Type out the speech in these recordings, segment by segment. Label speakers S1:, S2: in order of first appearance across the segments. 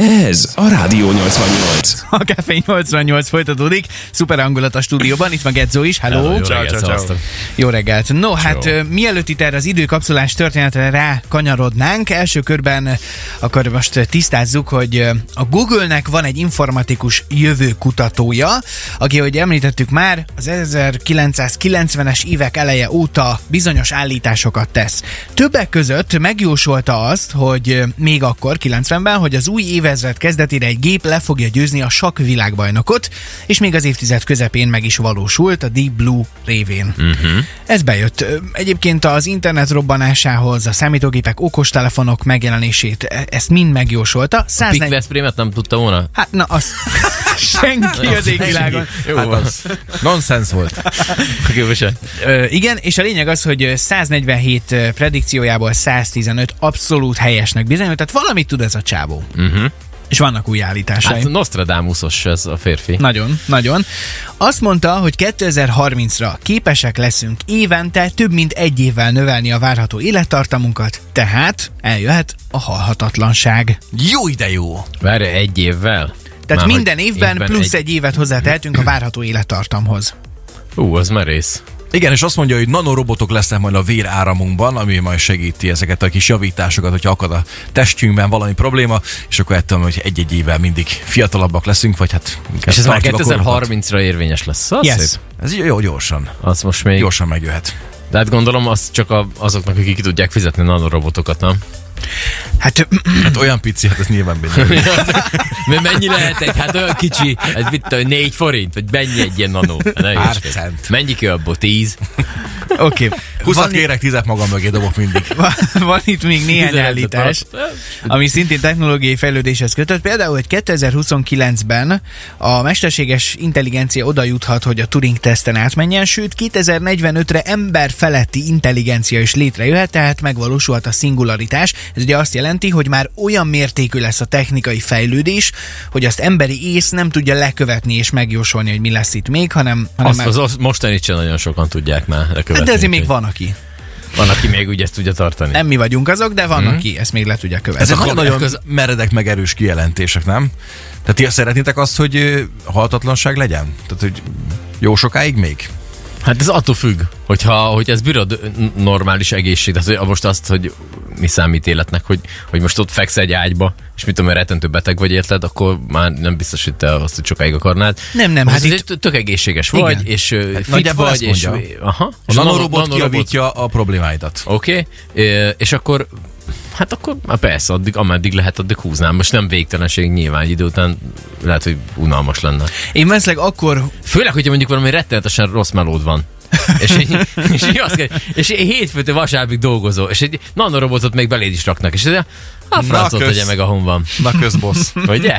S1: Ez a Rádió 88.
S2: A Café 88 folytatódik. Szuper hangulat a stúdióban, itt van Gedzó is. Hello.
S3: Jó
S2: Hello
S3: reggelt,
S4: ciao, ciao.
S3: szevasztok.
S2: jó reggelt. No, hát ö, mielőtt itt erre az időkapszulás történetre rá kanyarodnánk, első körben ö, akkor most ö, tisztázzuk, hogy ö, a Google-nek van egy informatikus jövőkutatója, aki, ahogy említettük már, az 1990-es évek eleje óta bizonyos állításokat tesz. Többek között megjósolta azt, hogy ö, még akkor, 90-ben, hogy az új évezred kezdetére egy gép le fogja győzni a sakk világbajnokot, és még az évtized közepén meg is valósult a Deep Blue révén. Uh-huh. Ez bejött. Ö, Egyébként az internet robbanásához, a számítógépek, okostelefonok megjelenését, e- ezt mind megjósolta.
S3: Pick
S2: 140...
S3: Veszprémet nem tudta volna?
S2: Hát, na, az senki az Hát égvilágon.
S3: Jó van.
S4: Nonsens volt.
S3: Különösen.
S2: Ö, igen, és a lényeg az, hogy ö, 147 ö, predikciójából 115 abszolút helyesnek bizonyult, tehát valamit tud ez a csávó. Uh-huh. És vannak új állításai.
S3: Hát Nostradamusos ez a férfi.
S2: Nagyon, nagyon. Azt mondta, hogy 2030-ra képesek leszünk évente több mint egy évvel növelni a várható élettartamunkat, tehát eljöhet a halhatatlanság.
S4: Jó ide jó.
S3: Várj, egy évvel?
S2: Tehát
S3: Már,
S2: Már minden
S3: hogy
S2: évben, évben plusz
S3: egy...
S2: egy... egy évet hozzátehetünk a várható élettartamhoz.
S3: Ú, az merész.
S4: Igen, és azt mondja, hogy nanorobotok lesznek majd a véráramunkban, ami majd segíti ezeket a kis javításokat, hogyha akad a testünkben valami probléma, és akkor ettől, hogy egy-egy évvel mindig fiatalabbak leszünk, vagy hát inkább
S3: És ez már
S4: tartjuk a korunkat.
S3: 2030-ra érvényes lesz. Az
S2: Yes.
S3: szép.
S4: Ez így jó, gyorsan.
S3: Az most még... Jó.
S4: Gyorsan megjöhet.
S3: De hát gondolom, az csak a, azoknak, akik ki tudják fizetni a nanorobotokat, nem?
S2: Hát
S4: Hát olyan pici, hát ez nyilván bizony.
S3: Mert mennyi lehet egy? Hát olyan kicsi. Ez mit tudom, négy forint? Vagy mennyi egy ilyen nanó? Hát ne
S4: Pár
S3: hülyeskedj.
S4: cent.
S3: Mennyi ki abból? Tíz?
S2: oké,
S4: 20 kérek, 10 magam mögé dobok mindig.
S2: van, van itt még néhány
S3: Tizenötöt
S2: állítás.
S3: tart.
S2: ami szintén technológiai fejlődéshez kötött. Például, hogy 2029-ben a mesterséges intelligencia oda juthat, hogy a Turing teszten átmenjen, sőt 2045-re ember feletti intelligencia is létrejöhet, tehát megvalósulhat a szingularitás. Ez ugye azt jelenti, hogy már olyan mértékű lesz a technikai fejlődés, hogy azt emberi ész nem tudja lekövetni és megjósolni, hogy mi lesz itt még, hanem, hanem Hát
S3: Azt az, az mostanit sem nagyon sokan tudják már lekövetni.
S2: de ezért még
S3: úgyhogy
S2: van, aki.
S3: Van, aki még úgy ezt tudja tartani.
S2: Nem mi vagyunk azok, de
S3: Mhm.
S2: van, aki ezt még le tudja követni.
S4: Ezek
S3: a
S4: nagyon-nagyon
S3: komolyak
S4: meredek meg erős kijelentések, nem? Tehát ti azt szeretnétek azt, hogy ö, halhatatlanság legyen? Tehát, hogy jó sokáig még?
S3: Hát ez attól függ, hogyha, hogy ez bírod n- normális egészség, tehát hogy most azt, hogy mi számít életnek, hogy, hogy most ott feksz egy ágyba, és mit tudom, mert rettentő beteg vagy érted, akkor már nem biztos, hogy te azt hogy sokáig akarnád.
S2: Nem, nem,
S3: hát
S2: hát
S3: itt... tök egészséges
S2: Igen.
S3: vagy, és ö, fit
S4: nagyjából
S3: vagy,
S4: ezt
S3: és...
S4: mondja.
S3: Aha,
S4: A
S3: nano-
S4: nanorobot
S3: nanorobot-
S4: kijavítja a problémáidat.
S3: Oké, okay. és akkor Hát akkor már persze, addig, ameddig lehet, addig húznám. Most nem végtelenség nyilván egy idő után lehet, hogy unalmas lenne.
S2: Én meszleg akkor
S3: Főleg, hogyha mondjuk valami rettenetesen rossz melód van. és, így, és, így azt kell, és így hétfőtől vasárnapig dolgozol, és egy nanorobotot még beléd is raknak, és ez a francot
S4: kösz.
S3: tegye meg, ahon van.
S4: Na közbossz.
S3: Ugye?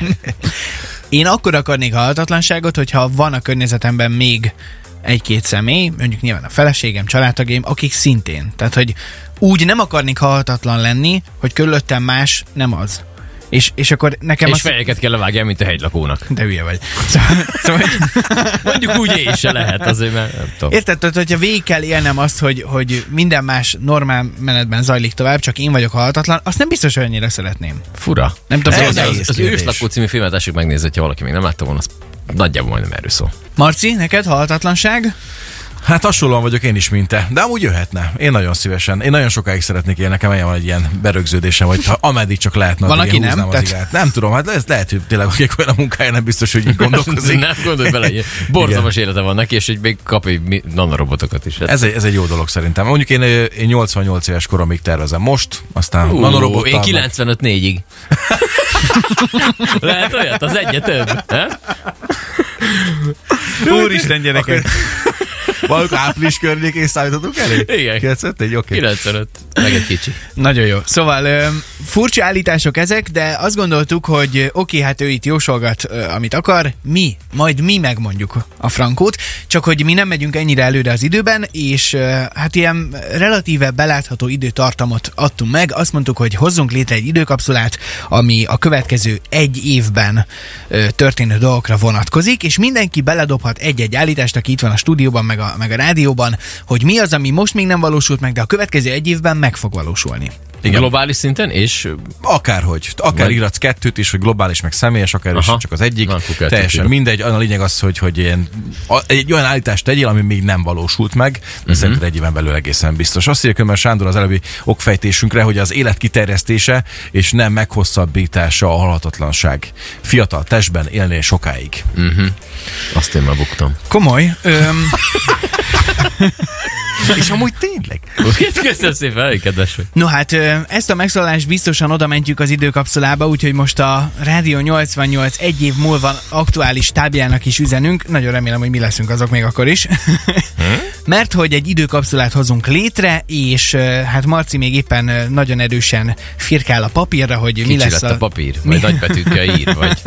S2: Én akkor akarnék a haltatlanságot, hogyha van a környezetemben még egy-két személy, mondjuk nyilván a feleségem, családtagjaim, akik szintén. Tehát, hogy úgy nem akarnék halhatatlan lenni, hogy körülöttem más nem az. És, és akkor nekem
S3: és
S2: azt...
S3: fejeket kell levágni, mint a hegylakónak.
S2: De hülye vagy. Szóval, szóval hogy
S3: Mondjuk úgy én is se lehet azért, mert nem tudom.
S2: érted, tehát, hogyha végig kell élnem azt, hogy, hogy minden más normál menetben zajlik tovább, csak én vagyok halhatatlan, azt nem biztos, hogy annyira szeretném.
S3: Fura.
S2: Nem tudom,
S3: Ez
S2: hogy-
S3: az,
S4: nehéz
S3: az, az
S4: kérdés.
S3: őslakó című filmet esik megnézni, hogyha valaki még nem látta volna, az nagyjából majdnem erről szól.
S2: Marci, neked halhatatlanság?
S4: Hát hasonlóan vagyok én is, mint te. De amúgy jöhetne. Én nagyon szívesen. Én nagyon sokáig szeretnék élni. Nekem ilyen van egy ilyen berögződésem, hogy ha ameddig csak lehetne.
S2: Van,
S4: addig
S2: aki
S4: én húznám
S2: nem?
S4: az
S2: Tehát-
S4: igát. Nem tudom, hát lehet, lehet hogy tényleg akik olyan a munkája, nem biztos, hogy így gondolkozik.
S3: Nem gondolj bele, ilyen borzalmas élete van neki, és hogy még kap egy mi- nanorobotokat is. Hát
S4: Ez egy, ez egy jó dolog szerintem. Mondjuk én, ö, én 88 éves koromig tervezem most, aztán
S3: Ú,
S4: nanorobottal.
S3: Én
S4: meg-
S3: 95 ig Lehet olyat? Az egyet több. He?
S2: Úristen, gyerekek!
S4: Valók április környékén számítottunk elé?
S3: Igen.
S4: 95, oké.
S3: 95. Meg egy kicsi.
S2: Nagyon jó. Szóval ö, furcsa állítások ezek, de azt gondoltuk, hogy ö, oké, hát ő itt jósolgat, ö, amit akar, mi, majd mi megmondjuk a frankót, csak hogy mi nem megyünk ennyire előre az időben, és ö, hát ilyen relatíve belátható időtartamot adtunk meg, azt mondtuk, hogy hozzunk létre egy időkapszulát, ami a következő egy évben ö, történő dolgokra vonatkozik, és mindenki beledobhat egy-egy állítást, aki itt van a stúdióban, meg a, meg a rádióban, hogy mi az, ami most még nem valósult meg, de a következő egy évben meg fog valósulni.
S3: Igen. Globális szinten, és
S4: Akárhogy. Akár
S3: Vagy-
S4: iratsz kettőt is, hogy globális, meg személyes, akár is
S3: Aha.
S4: csak az egyik.
S3: Na, akkor kettőt
S4: Teljesen
S3: írok.
S4: mindegy. A lényeg az, hogy, hogy ilyen, a, egy olyan állítást tegyél, ami még nem valósult meg,
S3: Mhm.
S4: uh-huh. szerintem egy évben belül egészen biztos. Azt írja különben Sándor az előbbi okfejtésünkre, hogy az élet kiterjesztése és nem meghosszabbítása a halhatatlanság. Fiatal testben élnél sokáig.
S3: Mhm. azt én már buktam.
S2: Komoly. Öm,
S4: és amúgy tényleg.
S3: Köszönöm szépen, elég kedves vagy.
S2: no hát, ö, ezt a megszólalást biztosan oda mentjük az időkapszulába, úgyhogy most a Rádió 88 egy év múlva aktuális tábjának is üzenünk. Nagyon remélem, hogy mi leszünk azok még akkor
S3: Hm?
S2: is. Mert hogy egy időkapszulát hozunk létre, és ö, hát Marci még éppen ö, nagyon erősen firkál a papírra, hogy mi
S3: Kicsi
S2: lesz
S3: lett a...
S2: a...
S3: papír, vagy nagybetűkkel ír, vagy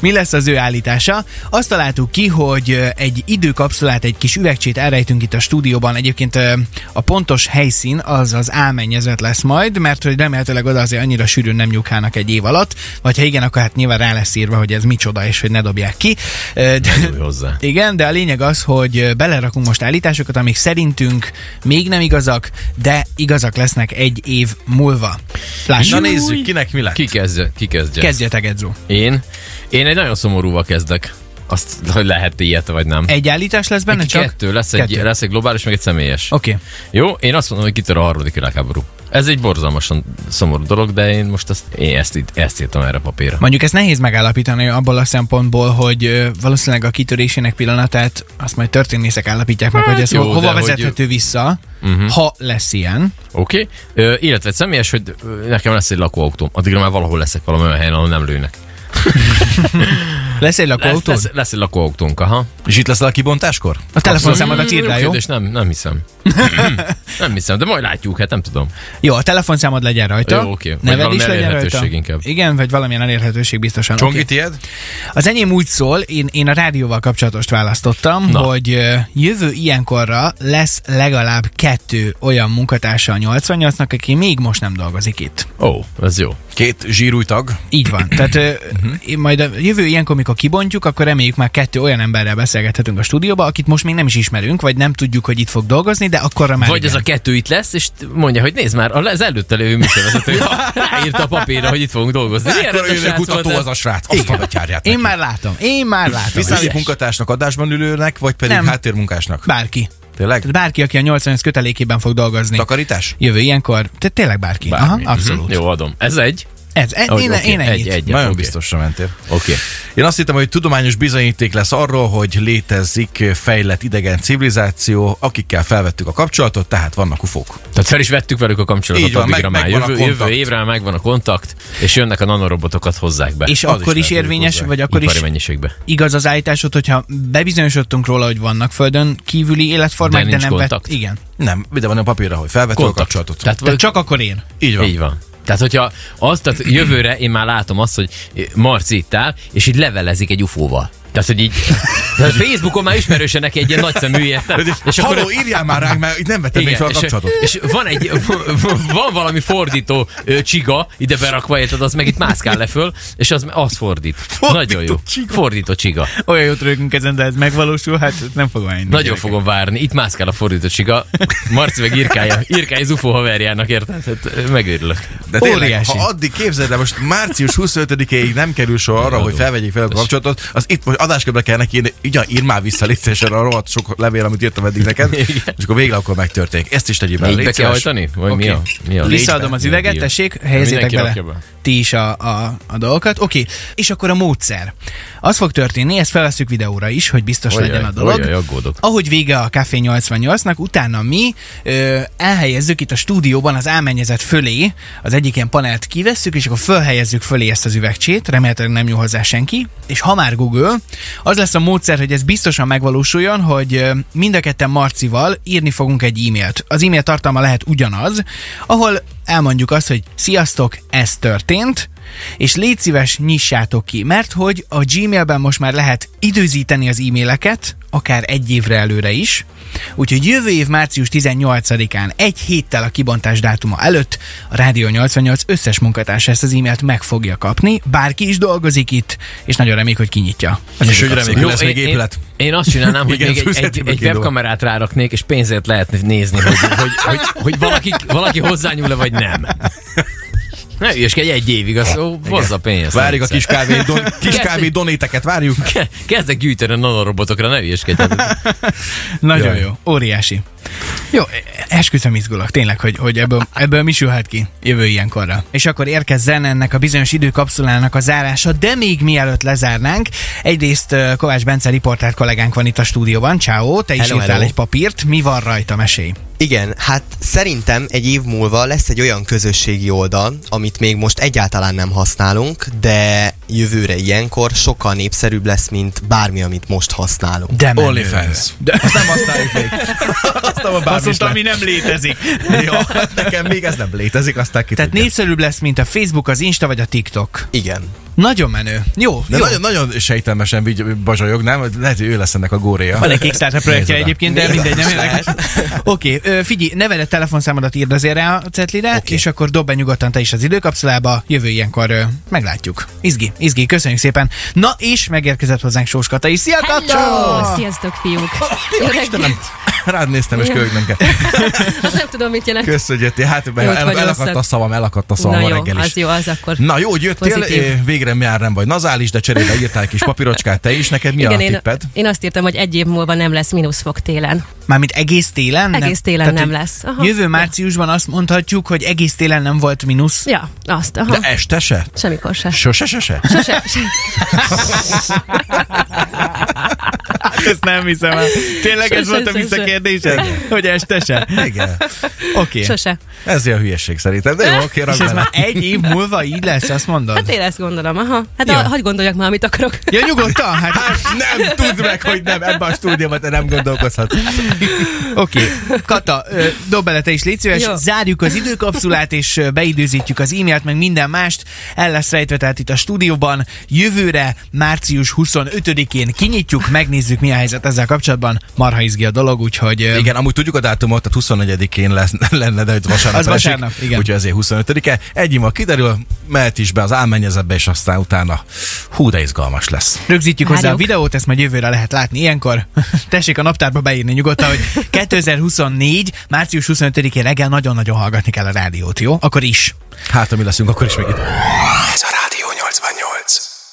S2: Mi lesz az ő állítása? Azt találtuk ki, hogy ö, egy időkapszulát, egy kis üvegcsét elrejtünk itt a stúdióban. Egyébként ö, a pontos helyszín az az álmennyezet lesz majd, mert hogy remélhetőleg oda azért annyira sűrűn nem nyúlkának egy év alatt, vagy ha igen, akkor hát nyilván rá lesz írva, hogy ez micsoda, és hogy ne dobják ki. Ö, De,
S3: nyúlj hozzá.
S2: igen, de a lényeg az, hogy ö, belerakunk most állításokat, amik szerintünk még nem igazak, de igazak lesznek egy év múlva.
S4: Na
S2: Lássuk.
S4: nézzük, kinek mi lett.
S3: Ki kezdje? Ki kezdje?
S2: Kezdjetek, Edzó.
S3: Én? Én egy nagyon szomorúval kezdek. Azt, hogy lehet ilyet, vagy nem.
S2: Egy állítás lesz benne csak?
S3: Kettő, lesz egy,
S2: Kettő.
S3: lesz egy globális, meg egy személyes.
S2: Oké. Okay.
S3: Jó, én azt mondom, hogy kitör a harmadik világháború. Ez egy borzalmasan szomorú dolog, de én most ezt, én ezt, itt- ezt írtam erre a papírra.
S2: Mondjuk ezt nehéz megállapítani abból a szempontból, hogy ö, valószínűleg a kitörésének pillanatát azt majd történészek állapítják meg, hogy ez
S3: Hát jó,
S2: jó, hova
S3: de hogy- Mhm.
S2: vezethető hogy... vissza, uh-huh. ha lesz ilyen.
S3: Oké? Okay? Ö, Illetve egy személyes, hogy ö, nekem lesz egy lakóautóm. Addigra már valahol leszek valami olyan helyen, ahol nem lőnek.
S2: Lesz egy
S3: Lesz,
S2: lakóautó?
S3: lesz, lesz egy lakóautónk, aha.
S4: És itt leszel a kibontáskor?
S2: A telefonszámodat írd rá, jó?
S3: Kérdés, nem, nem hiszem. nem hiszem, de majd látjuk, hát nem tudom.
S2: Jó, a telefonszámod legyen rajta.
S3: Jó, oké. Vagy
S2: Neved
S3: valami
S2: is legyen rajta.
S3: elérhetőség inkább.
S2: Igen, vagy valamilyen elérhetőség biztosan.
S4: Csongi
S2: Oké.
S4: tiéd?
S2: Az enyém úgy szól, én, én a rádióval kapcsolatost választottam, Na.
S3: Na.
S2: hogy ö, jövő ilyenkorra lesz legalább kettő olyan munkatársa a 88-nak, aki még most nem dolgozik itt.
S3: Ó, ez jó.
S4: Két zsírúj tag.
S2: Így van. Tehát ö,
S3: Mhm.
S2: én majd a jövő ilyenkor, amikor kibontjuk, akkor reméljük már kettő olyan emberrel beszélgethetünk a stúdióba, akit most még nem is ismerünk, vagy nem tudjuk, hogy itt fog dolgozni, de akkorra már
S3: Vagy
S2: igen.
S3: ez a kettő itt lesz, és t- mondja, hogy nézd már, az előtte lévő műsorvezető ráírta a papírra, hogy itt fogunk dolgozni. Milyen
S4: Ekkora
S3: rendes
S4: jövő
S3: srác volt
S4: kutató
S3: ez?
S4: az a srác. Azt a betyárját
S2: Én
S4: neki.
S2: már látom, én már Hát látom.
S4: Viszont
S2: Ügyes.
S4: munkatársnak, adásban ülőnek, vagy pedig
S2: Nem. Hát
S4: nem. háttérmunkásnak?
S2: Bárki.
S4: Tényleg?
S2: Tehát bárki, aki a 85 kötelékében fog dolgozni.
S4: Takarítás?
S2: Jövő ilyenkor, tehát tényleg bárki.
S3: Bármi.
S2: Aha, abszolút.
S3: Mhm. Jó, adom. Ez egy?
S2: Ez, e,
S3: Ahogy,
S2: én,
S3: oké,
S2: én ennyit.
S3: Egy, egy,
S4: Nagyon
S3: oké.
S4: biztosra mentél.
S3: Oké.
S4: Én azt hittem, hogy tudományos bizonyíték lesz arról, hogy létezik fejlett idegen civilizáció, akikkel felvettük a kapcsolatot, tehát vannak ufók.
S3: Tehát fel is vettük velük a kapcsolatot,
S4: Így van,
S3: addigra
S4: meg-
S3: már
S4: megvan a
S3: jövő, jövő
S4: kontakt.
S3: évre megvan a kontakt, és jönnek a nanorobotokat hozzák be.
S2: És
S4: Az is
S2: akkor is,
S4: lehet, hogy
S2: érvényes,
S4: hozzá.
S2: vagy akkor
S3: ipari
S2: is
S3: mennyiségbe.
S2: igaz az állításod, hogyha bebizonyosodtunk róla, hogy vannak földön kívüli életformák, de,
S3: De nincs
S2: nem
S3: kontakt. Hát
S2: Igen.
S4: Nem, ide van a papírra, hogy felvettük a kapcsolatot.
S3: Tehát,
S2: Tehát csak akkor én.
S4: így van.
S3: Így van. Tehát, hogyha azt, tehát jövőre én már látom azt, hogy Marci itt áll, és így levelezik egy ufóval. Tehát, hogy így, tehát Facebookon már ismerőse neki egy ilyen nagy szemű ilyet, nem?
S4: És Halló, akkor... írjál már ránk, mert itt nem vettem még fel a
S3: és,
S4: kapcsolatot.
S3: és, van egy, van valami fordító ö, csiga ide berakva, érted, az meg itt mászkál le föl, és az, az fordít. fordító Nagyon jó. Csiga. Fordító csiga.
S2: Olyan jót rögünk ezen, de ez megvalósul, hát nem fogom enni.
S3: Nagyon fogom várni. Itt mászkál a fordító csiga. Marci meg írkálja. Írkálja az UFO haverjának, érted? Hát, ö, megőrülök.
S4: De tényleg,
S2: Óriási.
S4: ha addig képzeld el, most március 25-ig nem kerül sor arra, hogy felvegyék fel a kapcsolatot, az itt most adáskörbe kell neki írni, ugye ír már vissza létszésen a rohadt sok levél, amit írtam eddig neked, és akkor végre akkor megtörténik. Ezt is tegyél bele.
S3: Így
S4: légy
S3: be kell
S4: szíves.
S3: hajtani? Vagy mi a, mi a
S2: Visszaadom az üveget,
S3: Jó,
S2: tessék, helyezzétek
S3: Mindenki
S2: bele
S3: rakja be.
S2: ti is a, a, a dolgokat. Oké, és akkor a módszer. Az fog történni, ezt felveszünk videóra is, hogy biztos
S3: Ojjaj,
S2: legyen a dolog.
S3: ojjaj, aggódok.
S2: Ahogy vége a Café 88-nak, utána mi ö, elhelyezzük itt a stúdióban az álmennyezet fölé, az egyik ilyen panelt kivesszük, és akkor fölhelyezzük fölé ezt az üvegcsét, remélhetőleg nem nyúl hozzá senki, és ha már Google, az lesz a módszer, hogy ez biztosan megvalósuljon, hogy ö, mind a ketten Marcival írni fogunk egy e-mailt. Az e-mail tartalma lehet ugyanaz, ahol elmondjuk azt, hogy sziasztok, ez történt, és légy szíves, nyissátok ki, mert hogy a Gmailben most már lehet időzíteni az e-maileket, akár egy évre előre is, úgyhogy jövő év március 18-án, egy héttel a kibontás dátuma előtt a Rádió 88 összes munkatársa ezt az e-mailt meg fogja kapni, bárki is dolgozik itt, és nagyon reméljük, hogy kinyitja. Az
S4: És hogy reméljük, hogy lesz
S3: én-
S4: még épület.
S3: Én, én azt csinálnám, hogy
S4: Igen,
S3: még egy, egy,
S4: üzleti
S3: egy
S4: megindul.
S3: webkamerát ráraknék, és pénzért lehetne nézni, hogy, hogy, hogy, hogy valaki, valaki hozzányúl-e, vagy nem. Ne ügyeskedj egy évig, azt ó, hozza pénzt.
S4: Várjuk a kis kávé, don, kis
S3: Kezdjük.
S4: kávé donéteket, várjuk.
S3: Ke- Kezdek gyűjteni a nanorobotokra, ne ügyeskedj. Hát
S2: Nagyon
S4: Jaj.
S2: Jaj. jó, óriási. Jó, esküszöm izgulok, tényleg, hogy, hogy ebből, ebből mi sülhet ki jövő ilyenkorra. És akkor érkezzen ennek a bizonyos időkapszulának a zárása, de még mielőtt lezárnánk, egyrészt ö, Kovács Bence riportár kollégánk van itt a stúdióban, ciao, te is
S5: Hello,
S2: írtál
S5: hello.
S2: egy papírt, mi van rajta, mesélj.
S5: Igen, hát szerintem egy év múlva lesz egy olyan közösségi oldal, amit még most egyáltalán nem használunk, de jövőre ilyenkor sokkal népszerűbb lesz, mint bármi, amit most használunk.
S2: De menő.
S4: OnlyFans. De. Azt nem használjuk még. Azt nem a
S2: Azt
S4: bármi is
S2: mondta,
S4: lehet.
S2: ami nem létezik.
S4: Ja, hát nekem még ez nem létezik, aztán ki
S2: Tehát
S4: tudja.
S2: népszerűbb lesz, mint a Facebook, az Insta vagy a TikTok.
S5: Igen.
S2: Nagyon menő. Jó,
S4: De
S2: jó.
S4: nagyon, nagyon sejtelmesen vigy- bazsajog, nem? Lehet, hogy ő lesz ennek a góréja.
S2: Van egy Kickstarter projektje
S4: Nézd oda.
S2: egyébként, de
S5: Nézd
S2: mindegy,
S5: oda.
S2: nem érdekes. Oké, ö, figyelj, nevedet, telefonszámodat írd azért rá a cetlire,
S5: Oké.
S2: és akkor dobd be nyugodtan te is az időkapszulába, jövő ilyenkor ö, meglátjuk. Izgi, izgi, köszönjük szépen. Na, és megérkezett hozzánk Sós Kata is. Szia,
S6: Hello!
S2: Kata!
S6: Sziasztok, fiúk! Jó reggelt!
S4: Rád néztem, és kölyögnem kell.
S6: Nem tudom, mit jelent.
S4: Kösz, hogy jöttél. Hát el,
S6: Jót vagy
S4: el, elakadt
S6: rosszat.
S4: a szavam, elakadt a szavam
S6: Na
S4: a
S6: jó,
S4: szóval reggel is.
S6: az jó, az akkor.
S4: Na jó, hogy jöttél,
S6: Pozitív.
S4: eh, végre már nem vagy nazális, de cserébe írtál egy kis papírocskát te is. Neked mi
S6: Igen,
S4: a
S6: én,
S4: tipped?
S6: én azt írtam, hogy egy év múlva nem lesz mínuszfok télen.
S2: Mármint egész télen?
S6: Egész télen nem
S2: hogy
S6: lesz. Aha.
S2: Jövő márciusban azt mondhatjuk, hogy egész télen nem volt mínusz.
S6: Ja, azt, aha.
S4: De este se?
S6: Semmikor se.
S4: Sose, se, se?
S6: Sose, se.
S2: Hát Ezt nem hiszem el. Tényleg
S6: Sose, sose.
S2: Hogy este se?
S4: Igen.
S2: Oké.
S6: Sose. Hát
S4: Ezért a hülyeség szerintem. De jó, oké,
S2: És
S4: rakd
S2: ez már
S4: bele.
S2: egy év múlva így lesz, azt mondod?
S6: Hát én ezt gondolom, aha. Hát
S2: Ja.
S6: ja. hagyd gondoljak már, amit akarok.
S2: Ja, nyugodtan, hát
S4: Nem tudd meg, hogy nem, ebben a stúdióban te nem gondolkozhatsz.
S2: oké. Okay. Kata, ö, dob bele te is, légy szíves.
S6: Jó.
S2: Zárjuk az időkapszulát, és ö, beidőzítjük az e-mailt, meg minden mást. El lesz rejtve tehát itt a stúdióban. Jövőre, március 25-én kinyitjuk, megnézzük, mi a helyzet ezzel kapcsolatban. Marha izgi a dolog, úgyhogy... ö,
S4: Igen, amúgy tudjuk a dátumot, tehát 24-én lesz, lenne, de itt vasárnap.
S2: Az
S4: esik,
S2: vasárnap, igen.
S4: Úgyhogy ezért 25-e. Egy ima kiderül, mehet is be az álmennyezetbe, és aztán utána hú, de izgalmas lesz.
S2: Rögzítjük hozzá a
S6: Várjuk.
S2: videót, ezt majd jövőre lehet látni ilyenkor. Tessék a naptárba beírni nyugodtan, hogy 2024. március 25-én reggel nagyon-nagyon hallgatni kell a rádiót, jó? Akkor is.
S4: Hát, ha mi leszünk, akkor is még itt.
S1: Ez a Rádió 88.